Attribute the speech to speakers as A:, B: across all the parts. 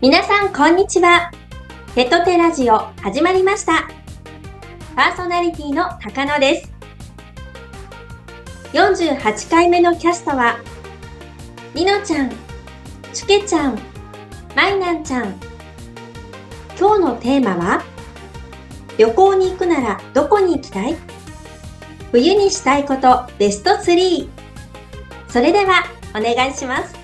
A: 皆さん、こんにちは。テトテラジオ、始まりました。パーソナリティの高野です。48回目のキャストは、りのちゃん、ちゅけちゃん、まいなんちゃん。今日のテーマは、旅行に行くならどこに行きたい冬にしたいことベスト3。それでは、お願いします。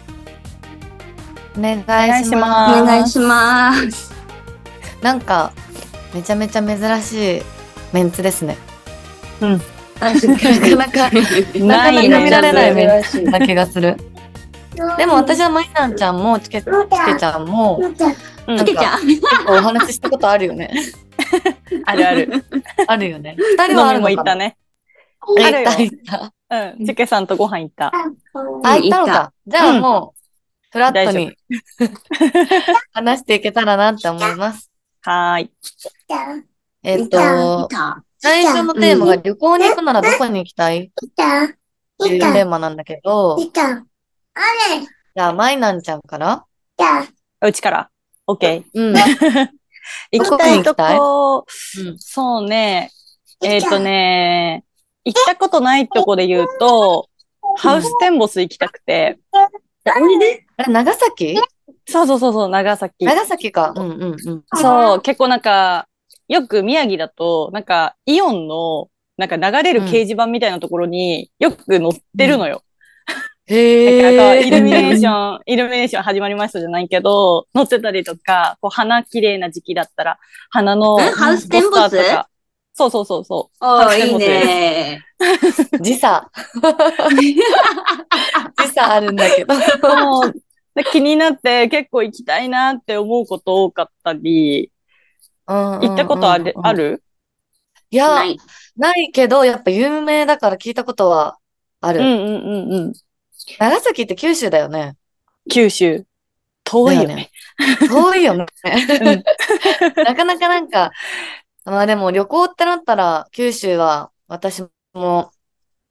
B: お願いし
C: お
B: ます。
C: 願いします。
B: なんかめちゃめちゃ珍しいメンツですね。なかなかなかなか見られないメンツな気がする。でも私はマイナンちゃんもチケチケちゃんも
C: うん
B: チ
C: つ
B: ケ
C: け
B: ち
C: ち
B: ゃ
C: ゃう。
B: 結構お話ししたことあるよね。
D: あるある。
B: あるよね。二 人はあ
D: 飲み
B: るの
D: も行
B: か
D: った
B: な。
D: ね。
B: あ
D: あ
B: 行
D: る
B: っ
D: よ
B: た行った。
D: うん。ちけさんとご飯行った。
B: あ行ったのか。じゃあもうフラット
D: 大
B: に 話していけたらなって思います。
D: はーい。
B: えっと最初のテーマが旅行に行くならどこに行きたいっていうテーマなんだけど、じゃあ、マイナンちゃんから
D: うちから。オッケー。
B: うん。
D: 行きたいとこ、
B: うん
D: そうね。えっ、とね、行ったことないとこで言うと、ハウステンボス行きたくて。
B: あれ、長崎
D: そうそうそうそう、長崎。
B: 長崎か。うんうんうん。
D: そう、結構なんか、よく宮城だと、なんか、イオンの、なんか流れる掲示板みたいなところによく載ってるのよ。なんか
B: へ
D: イルミネーシ
B: ン。
D: ョン、イルミネーション始まりましたじゃないけど、乗ってたりとか、こう花綺麗な時期だったら、花の
C: えハウステンボス
D: ポターとか。そうそうそうそう。
C: おー、いいね。
B: 時 差。時差あるんだけど。
D: そうで気になって結構行きたいなって思うこと多かったり、
B: 行
D: 行ったことある,、ある
B: いや
C: な、い
B: ないけど、やっぱ有名だから聞いたことはあ
D: うんう
B: る。
D: んうんうん。
B: 長崎って九州だよね。
D: 九州。遠いよね。
B: 遠いよね。
D: うん
B: なかなかなんか、まあでも旅行ってなったら、九州は私も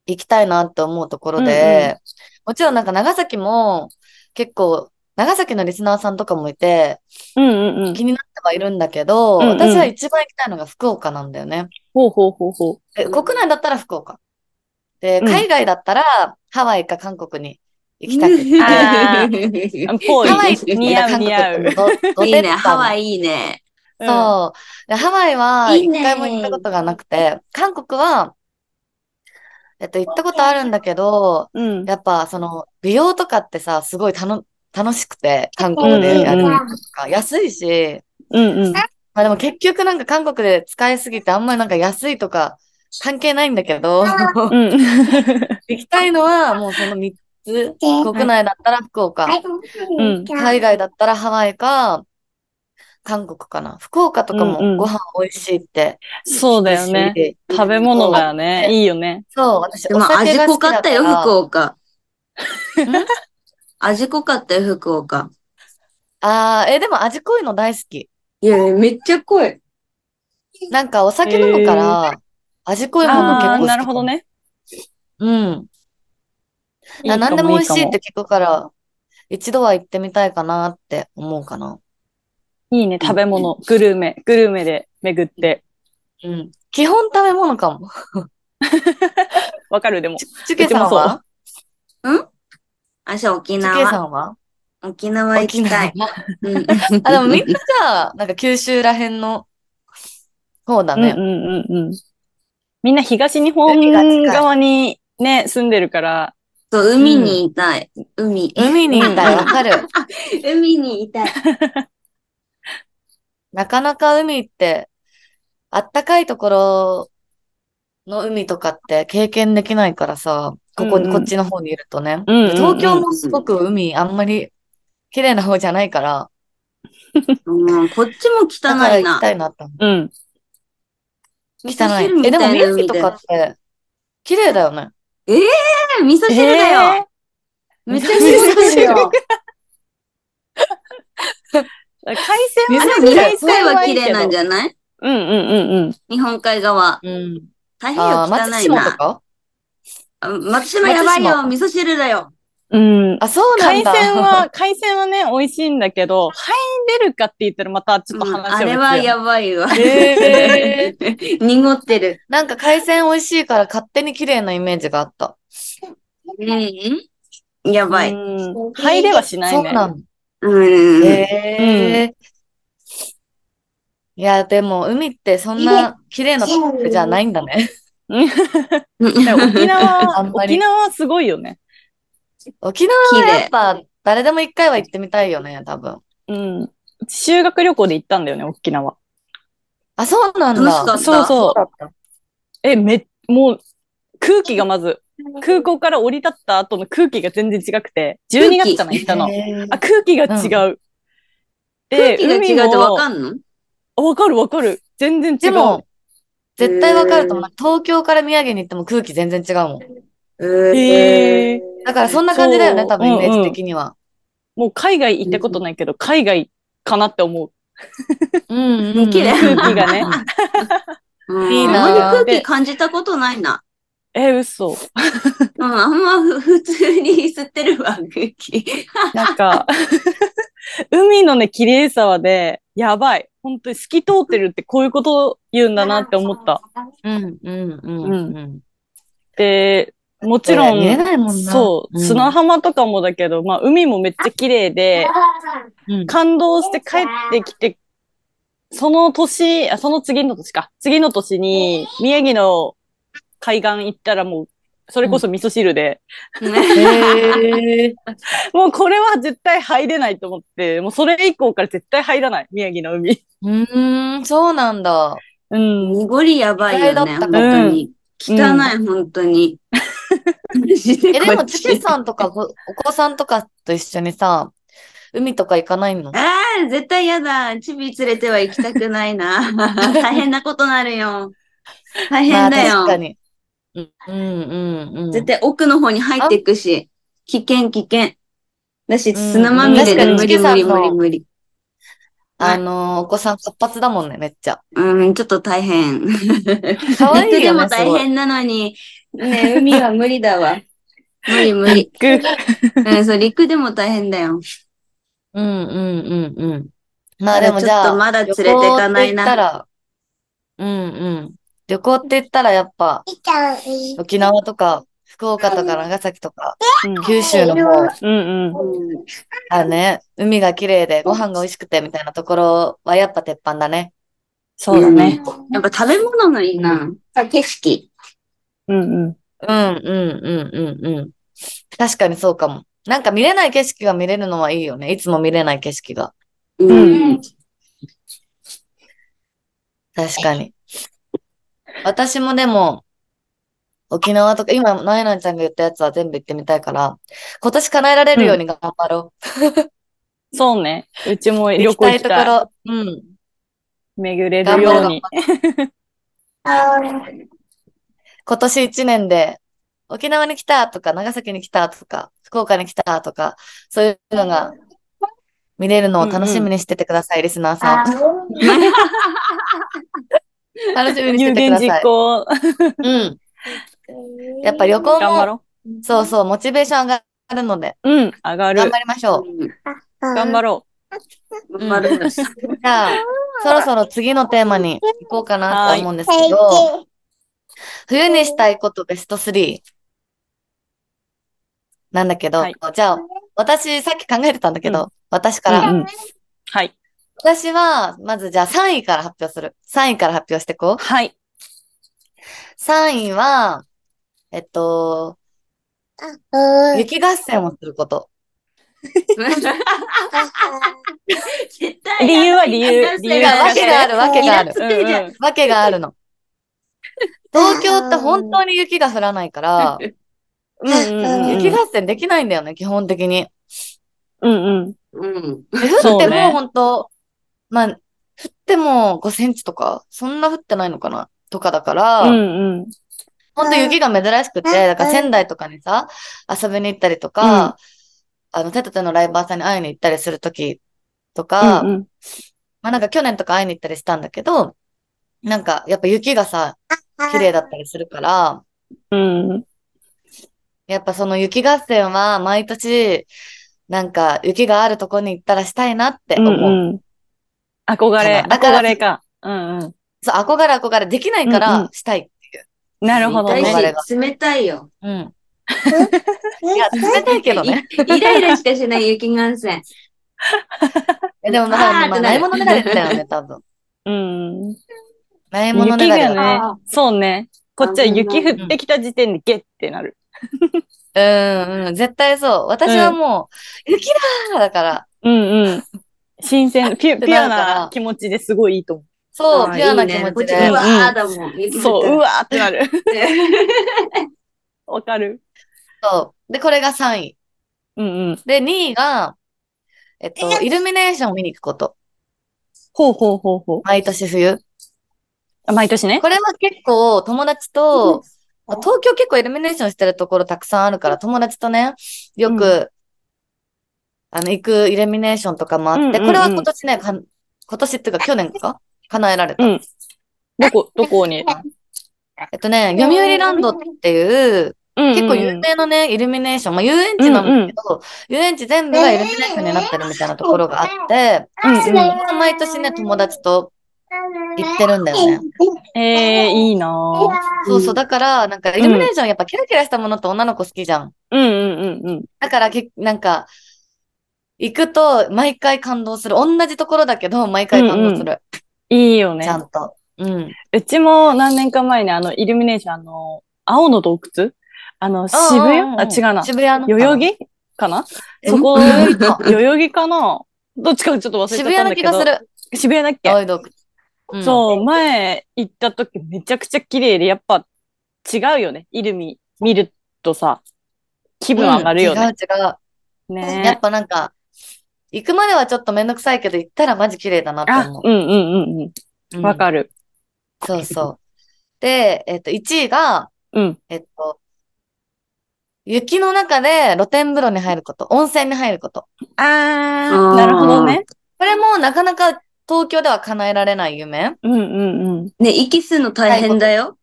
B: 行きたいなって思うところで、もちろんなんか長崎も結構、長崎のリスナーさんとかもいて、
D: うんうんうん。
B: 気になってはいるんだけど、
D: うんうん
B: 私は一番行きたいのが福岡なんだよね。
D: ほうほうほうほう。
B: で国内だったら福岡。で、
D: うん
B: 海外だったらハワイか韓国に行きたくて。
D: ああぽい
B: ハワイ。
D: 似合う
B: 韓国
D: 似合う。
B: どど
C: いい
B: てっ
C: ね、
B: たの
C: ハワイいいね。
D: うん
B: そう。でハワイはい
C: い
B: 一
C: ね
B: 回も行ったことがなくて、韓国は、えっと、行ったことあるんだけど、
D: うん。
B: やっぱその、美容とかってさ、すごいたの楽しくて、韓国でやる
D: うん
B: と
D: うん
B: か、安いし、
D: うんうん。
B: まあでも結局なんか韓国で使いすぎてあんまりなんか安いとか関係ないんだけど、行
D: うん。
B: きたいのはもうその3つ、国内だったら福岡、海外だったらハワイか、韓国かな。福岡とか
D: うん
B: も
D: うん
B: ご飯美味しいって。
D: そうだよね。。食べ物がね、いいよね。
B: そう、私、
C: で
B: お
C: も
B: 酒
C: 味
B: が好
C: 濃
B: きだ
C: かったよ、
B: から
C: 福岡。 味濃かったよ、福岡。
B: あー、え、でも味濃いの大好き。
C: いや、めっちゃ濃い。
B: なんかお酒飲むから、味濃いもの結構好
D: ああ、
B: き。
D: なるほど。ね。
B: うん。
D: いいか
B: あ何でも美味しい
D: か
B: って聞くから、一度は行ってみたいかなって思うかな。
D: いいね、食べ物、グルメ、グルメで巡って。
B: うん。基本食べ物かも。
D: わかるでも。
B: ちちゅけさんは
C: あ、そう、沖
B: ちゅけさ
C: 縄。
B: んは
C: 沖縄行きたい。
B: 沖縄
C: うん
B: あ、でもみんなじゃあ、なんか九州らへんの方だ
D: うんうん
B: ね。
D: うんうん。みんな東日本側にね、住んでるから、
C: そう、海にいたい。海。
B: 海にいたい、わかる。
C: 海にいたい。
B: なかなか海って、あったかいところの海とかって経験できないからさ、ここ
D: うんう
B: に、
D: ん
B: こっちの方にいるとね。
D: うんうんうん
B: 東京もすごく海あんまり綺麗な方じゃないから、
C: うん、こっちも
B: だ
C: 汚
B: から
C: い
B: 行き
C: な。
B: たいなって思う。
D: うん。
B: 汚
C: 味噌汁
B: い。え、
C: み
B: でも
C: たい
B: 宮
C: な
B: 城
C: 海
B: と
C: だ
B: か
C: よ。
B: って綺麗だよね。
C: えー味噌汁だよ。めっちゃ味噌汁 よ。あ、でも日
B: 味噌
D: 海鮮は
C: 本海は綺麗なんじゃない
D: うんうんうん
C: 日本海側。
B: うん。
C: 太平洋
B: ああ、
C: 汚
B: 松
C: い
B: 島と
C: な。
B: か
C: あ松島やばいよ。味噌汁だよ。
D: ううん。
B: あ、そうな
D: 海
B: んだ。
D: 鮮は、海鮮はね、美味しいんだけど、入れるかって言ったらまたちょっと
C: うんあ
D: 話を、
C: れはやばいわ。
B: へ ー
C: 濁ってる。
B: なんか海鮮美味しいから勝手に綺麗なイメージがあった。
C: うん。やばい。
D: うん入れはしないね。
B: そうなんだ。
C: うん。
B: へーいや、でも海ってそんな綺麗なとこじゃないんだね。
D: でも沖縄
B: あんまり
D: 沖縄はすごいよね。
B: 沖縄はやっぱ誰でも一回は行ってみたいよね、多分。
D: うん。修学旅行で行ったんだよね、沖縄。
B: あ、そうなん
C: 楽しか
B: だ。
C: った。
D: そう
B: そ
D: そう
B: だった。
D: え、め、もう、空気がまず、空港から降り立った後の空気が全然違くて、12月かな、行ったの。
B: へー
D: あ、空気が違う。
C: 空気が違うってわか
D: る。
C: んの
D: わかるわかる。全然違
B: で
D: う。
B: も、絶対わかると思う。東京から宮城に行っても空気全然違うもん。
D: へー
B: だからそんな感じだよね、
D: そう
B: 多分イメー
D: うんう
B: ジ
D: ん
B: 的には。
D: もう海外行ったことないけど、海外かなって思う。
B: うんうんうん。
C: 綺麗
D: 空気がね。
C: うん
B: いいな
C: あんまり空気感じたことないな。
D: え、嘘。
C: うん、あんまふ普通に吸ってるわ、空気。
D: なんか、海のね、綺麗さはね、やばい。本当に透き通ってるってこういうこと言うんだなって思った。。
B: うんうんうんうん。
D: で、もちろん、
B: 見えないもんな。
D: そう、
B: ん
D: 砂浜とかもだけど、まあ、海もめっちゃ綺麗で、
B: うん
D: 感動して帰ってきて、その年、あその次の年か。次の年に、宮城の海岸行ったらもう、それこそ味噌汁で、
B: へー
D: もうこれは絶対入れないと思って、もうそれ以降から絶対入らない、宮城の海。
B: うーん、そうなんだ。
D: うん。
C: 濁りやばいよね、
B: 意外だった
C: 本
B: か
D: も
C: 当に。汚い、本当に。
B: え、
C: え
B: でも、ちけさんとかご、お子さんとかと一緒にさ、海とか行かないの
C: ああ、絶対やだ。チビ連れては行きたくないな。 大変なことなるよ。大変だ
B: まあ、確か
C: よ。
B: に。うん、うん、うん。
C: 絶対奥の方に入っていくし、危険、危険。だし、
B: うん
C: 砂まみれで
B: うん
C: 無理、
B: 確か
C: 無理、
B: に
C: 無理、無理。
B: あのーお子さん活発だもんね、めっ ちゃ。
C: うん、ちょっと大変。
B: かわい
C: ネット
B: い
C: で
B: よ
C: も
B: ね、す
C: 大
B: ごい。
C: 変なのに、ね、海は無理だ わ。無理無理。うん、そう、陸でも大変だよ。
B: うん、うん、うん、うん。まあでもじゃ
C: ちょっと
B: あ、
C: まだ連
B: 旅
C: れ
B: 行
C: て行かな
B: って
C: い
B: 言っ
C: な。
B: たら、うん、うん。旅行って言ったらやっぱ、沖縄とか、福岡とか長崎とか、九州の方、
D: うんうん。
C: うん
B: あね、海が綺麗でご飯が美味しくてみたいなところはやっぱ鉄板だね。
D: そうだね。
C: やっぱ食べ物のいいな。景色。
D: うんうん。
B: うんうんうんうんうん。確かにそうかも。なんか見れない景色が見れるのはいいよね。いつも見れない景色が。
C: うんん。
B: 確かに。私もでも、沖縄とか、今、なえなえちゃんが言ったやつは全部行ってみたいから、今年叶えられるように頑張ろ
D: そうね。うちも
B: う。
D: 旅行行
B: 行
D: き
B: きた
D: た
B: い
D: い。
B: ところ、うん。
D: 巡れるように。
B: 今年一年で、沖縄に来たとか、長崎に来たとか、福岡に来たとか、そういうのが見れるのを楽しみにしててください、リスナーさん。楽しみにし
D: 有
B: ててく
D: 言
B: ださ
D: 実
B: い。
D: 行。
B: うん。やっぱ旅行
D: 頑張
B: も、
D: ろ
B: そうそう、モチベーション上がるので、
D: う。うん。上が
B: 頑
D: る
B: 張。りましょう。
D: 頑張ろ
C: 頑張る。
B: じゃあ、そろそろ次のテーマに行こうかなと思うんですけど、冬にしたいことベスト3なんだけど、
D: はい
B: じゃあ、私、さっき考えてたんだけど、私
D: う。
B: から、
D: うんうんはい。
B: 私は、まずじゃあ3位から発表する。3位から発表してこう。
D: はい。
B: 3位は、えっと、雪合戦をすること。
C: 絶対
D: 理由は理由理由
B: がわけがあるわけがある
C: イラつくじゃん
D: うん
B: わけがある の。東京って本当に雪が降らないから、
D: うんうんうん
B: 雪合戦できないんだよね、基本的に。
D: うんうん。
C: うん。
B: で降っ
D: そ
B: て
D: う
B: も
D: ね
B: 本当、まあ、降っても5センチとか、そんな降ってないのかなとかだから、
D: うんうん。
B: 本当雪が珍しくて、だから仙台とかにさ、遊びに行ったりとか、あの、テトテのライバーさんに会いに行ったりするときとか、
D: うんうん
B: まあなんか去年とか会いに行ったりしたんだけど、なんかやっぱ雪がさ、綺麗だったりするから、
D: うん
B: やっぱその雪合戦は毎年、なんか雪があるとこに行ったらしたいなって
D: うん
B: 思う。
D: うん。憧れ、
B: だから
D: 憧れか。うんうん。
B: そう、憧れ憧れできないか
D: うんう
B: ら
D: ん
B: したいっていう。
D: なるほど
C: 大
B: 痛
D: ね。
B: し
C: 事、冷たいよ。
B: うん。いや、冷たいけどね。
C: イライラしかしない雪合戦。
B: えでもま
C: あ
B: あ、
C: ーっ
B: まあ、
C: てな
B: ない
C: る
B: ものねだりだよね、多分。
D: うん。
B: ないものね
D: 雪
B: だりだ
D: がね
C: あ、
D: そうね。こっちは
C: あ
D: 雪
C: ー
D: 降ってきた時点でゲッってなる。
B: うんうん、絶対そう。私はもう、雪だーだから、
D: うんうん。新鮮、ピ
B: っ
D: ュ
B: て
D: ピュア
B: なるから
D: な気持ちですごいいいと思
B: そ
C: あ
B: う、
C: ー
B: ピュアない
C: い
B: 気
C: ね
B: 持
C: こっ
B: ち
C: ち
B: で。
C: うわーだもん。
D: う。そう、うわーってなる。 わかる。
B: そう。で、これが3位。
D: うんうん。
B: で、2位が、えっと、イルミネーションを見に行くこと。
D: ほうほうほうほう
B: 毎年冬。
D: あ。毎年ね。
B: これは結構友達と、まあ東京結構イルミネーションしてるところたくさんあるから、友達とね、よく、
D: う
B: あの、行くイルミネーションとかもあって、
D: うんうんうん
B: これは今年ね、かん今年っていうか去年か叶えられた。
D: うんどこ、どこに。
B: えっとね、読売ランドっていう、結構有名なね、イルミネーション、まあ、遊園地なんだけど、遊園地全部がイルミネーションになってるみたいなところがあって、
D: うんうん
B: これ毎年ね、友達と行ってるんだよね。
D: ええー、いいなぁ。
B: そうそう、だから、なんかイルミネーションやっぱキラキラしたものって女の子好きじゃん。
D: うんうんうんうん。
B: だからけ、なんか、行くと毎回感動する。同じところだけど、毎回感動する。
D: いいよね
B: ちゃ。んと。うん。
D: うちも何年か前にあの、イルミネーション、あの、青の洞窟あの、渋谷
B: んんん
D: あ、違うな。
B: 渋谷のかな。
D: 代々木かな
B: え
D: そこ、
B: 代々
D: 代
B: 木か
D: 々木かなどっちかちょっと忘れちゃ
B: 渋
D: っ
B: 谷
D: たんだ
B: な気
D: けど。
B: がする。
D: る。渋谷だっけ
B: 青い洞窟。うん
D: そう、前行った時めちゃくちゃ綺麗で、やっぱ違うよね。イルミ見るとさ、気分上がるよ
B: 違う
D: ね。
B: 違う。やっ
D: ね
B: ぱなんか、行くまではちょっとめんどくさいけど、行ったらマジ綺麗だなって
D: あ、
B: 思
D: うんうんうん
B: う。
D: う。
B: うんん
D: わかる。
B: そうそう。で、えっと、1位が、
D: うん。
B: えっと、雪の中で露天風呂に入ること、温泉に入ること。
D: あ
C: ー
D: なるほどね。
B: これもなかなか東京では叶えられない夢。
D: うんうんうん。
C: ね、息吸うの大変だよ。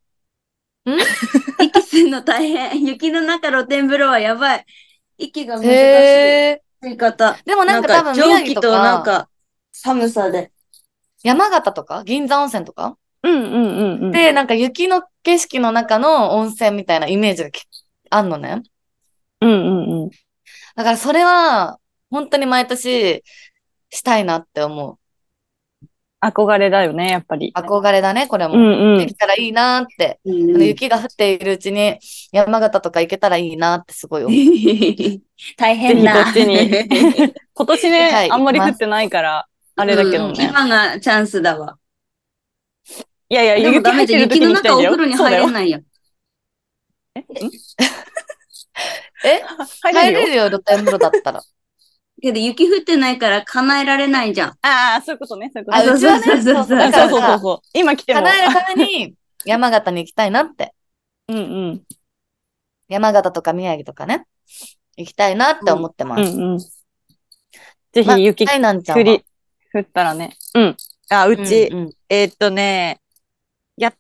B: ん
C: 息吸うの大変。雪の中露天風呂はやばい。息が難しい。
B: へ
C: 吸い方。
B: ーでもなんか多分
C: 蒸
B: 宮
C: 気
B: 城
C: と
B: とか
C: なんか寒さで。
B: 山形とか銀座温泉とか、
D: うんうんうんうん。
B: で、なんか雪の景色の中の温泉みたいなイメージがきあんのね。
D: うんうんうん。
B: だからそれは本当に毎年したいなって思う。
D: 憧れだよね、やっぱり。
B: 憧れだね、これも。
D: うんう
B: で
D: ん。
B: きたらいいなって。あの雪が降っているうちに山形とか行けたらいいなってすごい思う。
C: 大変な。
D: ぜひこっちに今年ね、
B: はい
D: あんまり降ってないから、あれだけど
B: うん
D: ね。
C: 今がチャンスだわ。
D: いやい
C: で
D: や、
C: も
D: 雪
C: ダメ
D: 入っ
C: で
D: てる
C: 雪
D: 時
C: の
D: に来た
C: 中お
D: いんだよ
C: 風呂に
D: そう
C: 入
D: だよ
C: れ。ないよ。
B: え
D: 入れ
B: 入
D: るよ
B: れるよ、露天風呂だったら。
C: けど雪降ってないから叶えられないじゃん。
D: あ あ、そういうことね、そういうこと
B: あ、
D: ね。
B: うちはね、
C: そうそうそうう
B: そそ。
C: そうう
B: だ
D: あ
B: か
D: そ
B: らさ、
D: うそうそうそう。今来ても。
B: 叶えるために山形に行きたいなって。
D: うんうん。
B: 山形とか宮城とかね、行きたいなって思ってま
D: う
B: す。
D: んうん。ぜ
B: まあ
D: ひ雪
B: はい、なんちゃん
D: 降
B: は。
D: り、降ったらね。うん。あ、うち
B: う、んうん
D: えーっとね、やっ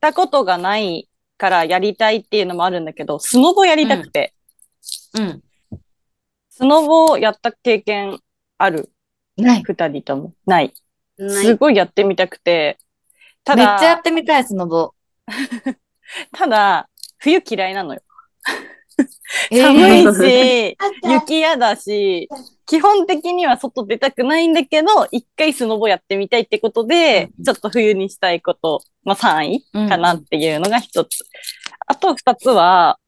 D: たことがないからやりたいっていうのもあるんだけど、スノボやりたくて。
B: うん。
D: スノボやった経験ある
B: ない。
D: 二人とも。ない。
C: ない
D: すごいやってみたくて。た
B: めっちゃや
D: だ
B: っ、てみたい、スノボ。
D: ただ、冬嫌いなのよ。
B: えー
D: 寒 いし、雪嫌だし、基本的には外出たくないんだけど、一回スノボやってみたいってことで、ちょっと冬にしたいこと、まあ3位かなっていうのが一つ。あと二つは、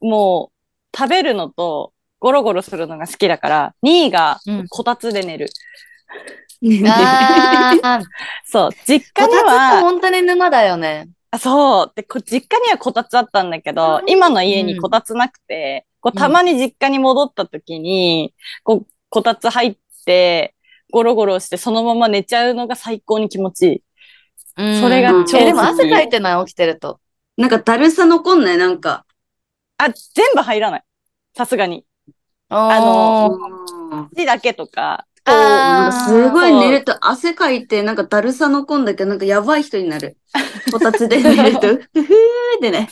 D: もう食べるのとゴロゴロするのが好きだから、2位が
B: うん
D: こたつで寝る。
B: ああ。 こ
D: そう、実
B: た
D: 家
B: つっ
D: に
B: て
D: は、
B: 本当に沼だよね。
D: あそう、で、こ実家にはこたつあったんだけど、今の家にこたつなくて、こうたまに実家に戻った時に、こう、こたつ入って、ゴロゴロしてそのまま寝ちゃうのが最高に気持ちいい。
B: うん
D: それが
C: 超好き
B: えでも汗かいてない、起きてると。
C: なんかだるさ残んないなんか。
D: あ、全部入らない。さすがに。
B: あ
D: の
B: ー
C: うん
D: 字だけとか、こう
C: なん
B: あ
C: か
B: ー
C: すごい寝ると汗かいて、なんかだるさ残んだけど、なん かやばい人になる。こたつで寝ると、ふふーってね。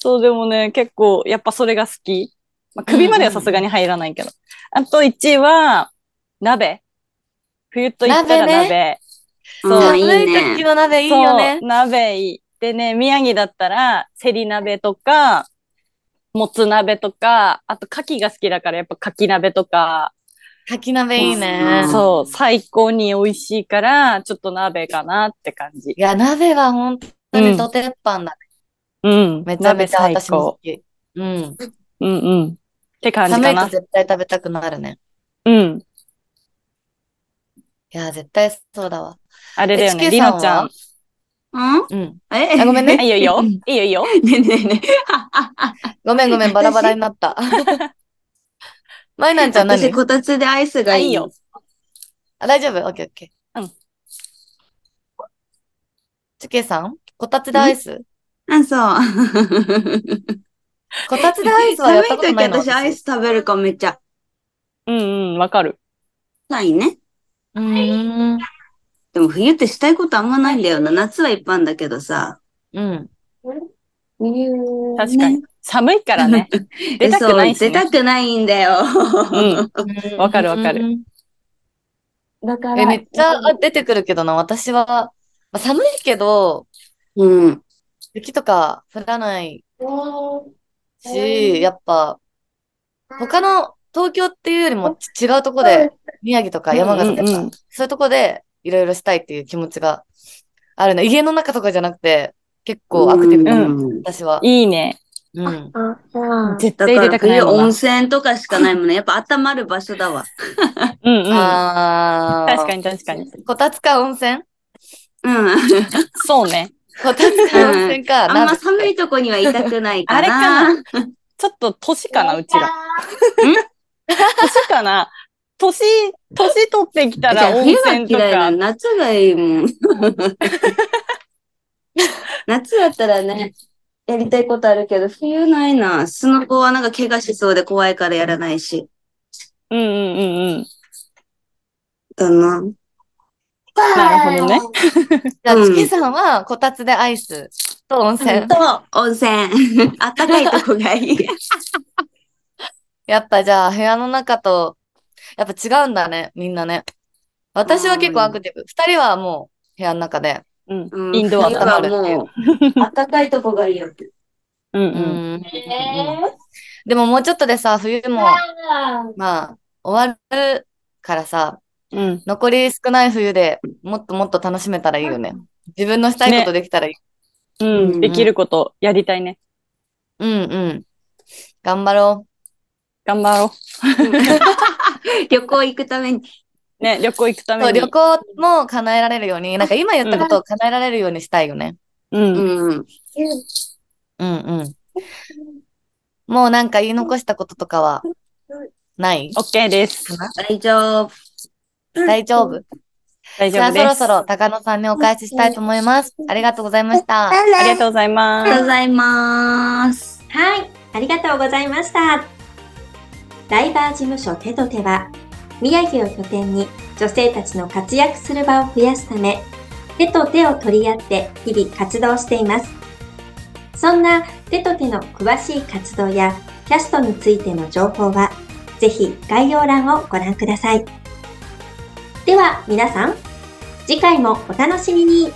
D: そう、でもね、結構、やっぱそれが好き。まあ、首まではさすがに入らないけど。あと1位は、鍋。冬と言ったら
B: 鍋ね
D: 鍋。
C: そう
B: 寒
C: いい
B: い時
C: ね。
B: の鍋いいよね
D: そ。う、鍋いい。でね、宮城だったら、セリ鍋とか、もつ鍋とか、あと牡蠣が好きだから、やっぱ牡蠣鍋とか、
B: かき鍋いいね
C: うん。
D: そう、最高に美味しいから、ちょっと鍋かなって感じ
B: い。や、鍋は本当にとてっぱんだね。
D: うん。
B: めちゃめちゃ
D: 鍋
B: 私も
D: 最高
B: 好。き。うん。
D: うんうん。って感じ
B: 寒
D: か
B: いと
D: な。
B: 絶対食べたくなるね。
D: うん。
B: いや、絶対そうだわ。
D: あれだよ
B: え
D: ね、
B: チキュ
D: り
B: ーさん
D: のちゃ
B: は
D: ん。
C: うん
B: うん。
C: え
B: あごめん ね
D: あいいよいいよ
B: うん。
D: いいよいいよ。
C: ねえねえねえ。あああ
B: ごめんごめん、バラバラになった。まいなんちゃん何
C: 私、こたつでアイスが
D: あ
C: いい。
D: いいよ。。
B: あ大丈夫オッケーオッケー。
D: うん。
B: ちけさんこたつでアイス
C: あ、そう。
B: こたつでアイスはやっ
C: 寒い
B: たこと
C: 時
B: ないの
C: 私アイス食べるかめっちゃ。
D: うんうん、わかる。
C: サインね。
B: うーん。
C: でも冬ってしたいことあんまないんだよな。夏は一般だけどさ。
B: うん。
C: 確
D: 確かに。寒いからね。出たくないし、
C: そう、出
D: ね
C: た。くないんだよ。
D: うん。わかるわかる
B: る。
C: だか
B: え、めっちゃ出てくるけどな、私は。まあ寒いけど、
C: うん。
B: 雪とか降らないし、やっぱ、他の東京っていうよりも違うとこで、宮城とか山形と
D: うんうんう
B: か
D: ん、
B: そういうとこでいろいろしたいっていう気持ちがあるな。家の中とかじゃなくて、結構アクティブかも、
C: うん
B: 私は。
D: いいね。
B: うん。
D: 絶
C: だ
D: 対
C: か
D: 出た
C: ら
D: くない
C: 冬
D: もんな
C: 温泉とかしかないもん ね。やっぱ温まる場所だわ。
D: うんうん。
B: あー
D: 確かに確かに。
B: こたつか温泉
C: うん。
D: そうね。
B: こたつか温泉か。
C: あんま寒
B: い。
C: いとこにはいたくないか
D: あ
C: な。
D: れちょっと年かな、うちら。年かな。年、年取ってきた
C: じゃあ
D: ら温
C: 冬が
D: 泉と
C: 嫌いな
D: か
C: の。夏がいい もん。夏だったらね、やりたいことあるけど、冬ないな。スノボはなんか怪我しそうで怖いからやらないし。
D: うんうんうんうん。
C: だな。
D: なるほどね。
B: じゃあ、
C: うん
B: チキさんはこたつでアイスと温泉。
C: と、温 泉。あったかいとこがいい。
B: やっぱじゃあ、部屋の中と、やっぱ違うんだね、みんなね。私は結構アクティブ。二人はもう部屋の中で。
D: う。
C: うんん
D: インドア
C: 冬
D: と
B: だ
C: は
D: か。
C: もう、あったかいとこがいいよ。
D: うんう。
B: うんんでももうちょっとでさ、冬も、まあ、終わるからさ、
D: うん。
B: 残り少ない冬でもっともっと楽しめたらいいよね。自分のしたいことできたらいい。
D: うん。できることやりたいね。
B: うんうん。頑張ろ
D: 頑張ろ
C: 旅行行くために。
D: う。ね、旅行行くた
B: う。そう、
D: めに
B: 旅。行も叶えられるように、なんか今言ったことを叶えられるようにしたいよね。
D: うん。
C: うん。
B: うんうん。もうなんか言い残したこととかは、ない
D: オッケーです。
C: 大丈夫。
B: 大丈夫
D: 大
B: じ
D: 丈
B: ゃ
D: 夫
B: あ
D: で
B: そ
D: す。
B: ろそろ高野さんにお返ししたいと思います。ありがとうございました。
D: ありがとうござい
C: あ
D: ま
C: りがとう
D: す
C: ご。ざいます。
A: はい、ありがとうございました。ダイバー事務所手と手は、宮城を拠点に女性たちの活躍する場を増やすため、手と手を取り合って日々活動しています。そんな手と手の詳しい活動やキャストについての情報は、ぜひ概要欄をご覧ください。では皆さん、次回もお楽しみに